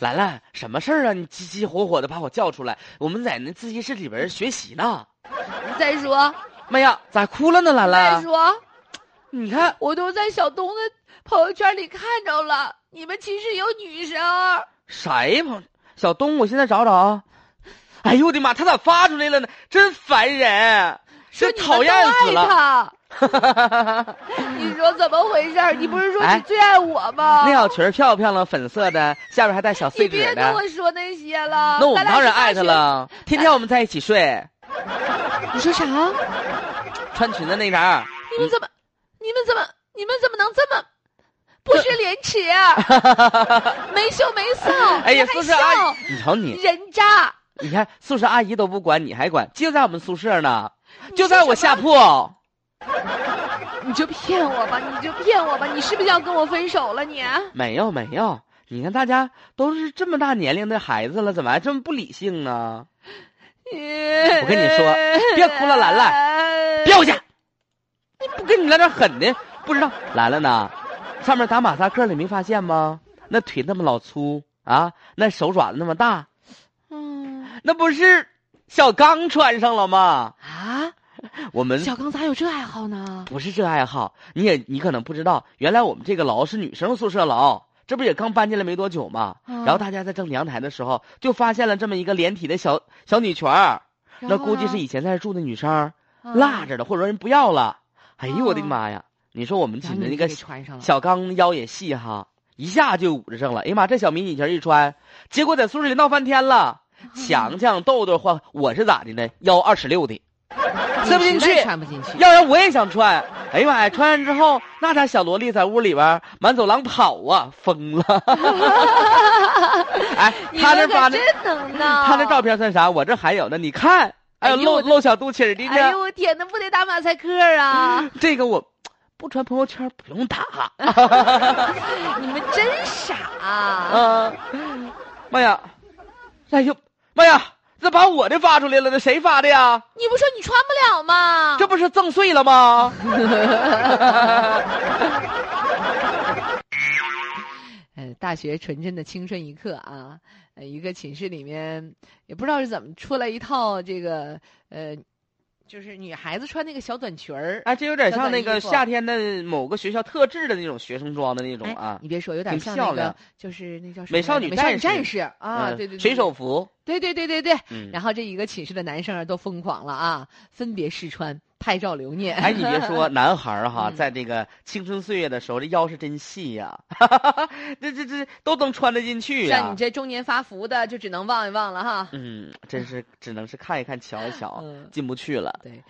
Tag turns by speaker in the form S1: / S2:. S1: 兰兰，什么事儿啊？你急急火火的把我叫出来，我们在那自习室里边学习呢。
S2: 再说，
S1: 妈呀，咋哭了呢？兰
S2: 再
S1: 兰，
S2: 说，
S1: 你看，
S2: 我都在小东的朋友圈里看着了，你们寝室有女生，
S1: 谁朋小东？我现在找找啊。哎呦我的妈，他咋发出来了呢？真烦人，
S2: 说
S1: 真
S2: 你们
S1: 讨
S2: 都
S1: 厌死
S2: 爱
S1: 了。
S2: 他。 你说怎么回事儿？你不是说
S1: 哎
S2: 你最爱我吗？
S1: 那小裙儿漂漂亮，粉色的，下边还带小
S2: 啊你
S1: 碎
S2: 别
S1: 褶
S2: 跟
S1: 的。
S2: 我说那些了。
S1: 那我们
S2: 咱俩
S1: 当然
S2: 是大
S1: 爱他
S2: 学。
S1: 了，天天我们在一起睡，
S2: 你说啥？
S1: 穿裙子那啥儿。
S2: 你们怎么？你们怎么？你们怎么能 这么不知廉耻、啊没羞没臊？
S1: 哎呀，
S2: 哦你
S1: 宿
S2: 还
S1: 舍阿
S2: 笑
S1: 姨，你瞅你，
S2: 人渣！
S1: 你看宿舍阿姨都不管，你还管，就在我们宿舍呢，
S2: 你
S1: 就
S2: 说
S1: 在我
S2: 什么
S1: 下铺。我
S2: 你就骗我吧，你就骗我吧，你是不是要跟我分手了你？啊
S1: 没有没有，你看大家都是这么大年龄的孩子了，怎么还这么不理性呢？
S2: 我
S1: 跟你说别哭了兰
S2: 兰
S1: 别回去！你不跟你来点狠的，不知道兰兰呢？上面打马赛克，你没发现吗？那腿那么老粗啊，那手爪子那么大，
S2: 嗯
S1: 那不是小刚穿上了吗？
S2: 啊，
S1: 我们
S2: 小刚咋有这爱好呢？
S1: 不是这爱好，你也你可能不知道，原来我们这个楼是女生宿舍楼，这不也刚搬进来没多久吗？
S2: 嗯
S1: 然后大家在整阳台的时候，就发现了这么一个连体的小小女裙儿，那
S2: 然后
S1: 估计
S2: 呢
S1: 是以前在这住的女生儿
S2: 啊
S1: 落着了，或者人不要了。哎呦我的
S2: 哦
S1: 妈呀！你说我们寝
S2: 然后
S1: 的
S2: 你
S1: 那个
S2: 就给穿上了，
S1: 小刚腰也细哈，一下就捂着上了。哎呀妈，这小迷你裙儿一穿，结果在宿舍里闹翻天 了。强强豆豆换我是咋的呢？腰二尺六的，塞不进去
S2: 实在穿不进去。
S1: 要然我也想穿。哎呀妈呀！穿上之后，那家小萝莉在屋里边儿满走廊跑啊，疯了。 哎，
S2: 你
S1: 他那
S2: 们可
S1: 发的，
S2: 真 能闹，
S1: 他那照。片算啥？我这还有呢，你看，哎呦，
S2: 哎呦
S1: 露
S2: 我的
S1: 露小肚脐儿的
S2: 哎
S1: 呢
S2: 呦。我天，那不得打马赛克啊！
S1: 这个我呃不传朋友圈不用打。嗯
S2: 你们真傻，
S1: 啊！妈呀！哎呦，妈呀！这把我的发出来了，这谁发的呀？
S2: 你不说你穿不了吗？
S1: 这不是赠碎了 吗？
S2: 呃，大学纯真的青春一刻啊，呃，一个寝室里面也不知道是怎么出来一套这个呃，就是女孩子穿那个小短裙儿，
S1: 哎，这有点像那
S2: 小短
S1: 个
S2: 衣服
S1: 夏天的某个学校特制的那种学生装的那种
S2: 哎
S1: 啊，
S2: 你别说，有点
S1: 挺
S2: 像
S1: 漂
S2: 那个
S1: 亮
S2: 就是那叫什么
S1: 美少
S2: 来着
S1: 女
S2: 美少女
S1: 战士
S2: 战士啊，
S1: 嗯
S2: 对对对，
S1: 水手服，
S2: 对对对对对。
S1: 嗯，
S2: 然后这一个寝室的男生儿都疯狂了啊，分别试穿拍照 留念。
S1: 哎，你别说，男孩儿哈，
S2: 嗯
S1: 在这个青春岁月的时候，这腰是真细呀、 这这这都能穿得进去呀、
S2: 像你这中年发福的，就只能望一望了哈。
S1: 嗯，真是只能是看一看，瞧一瞧，
S2: 嗯，
S1: 进不去了。
S2: 对，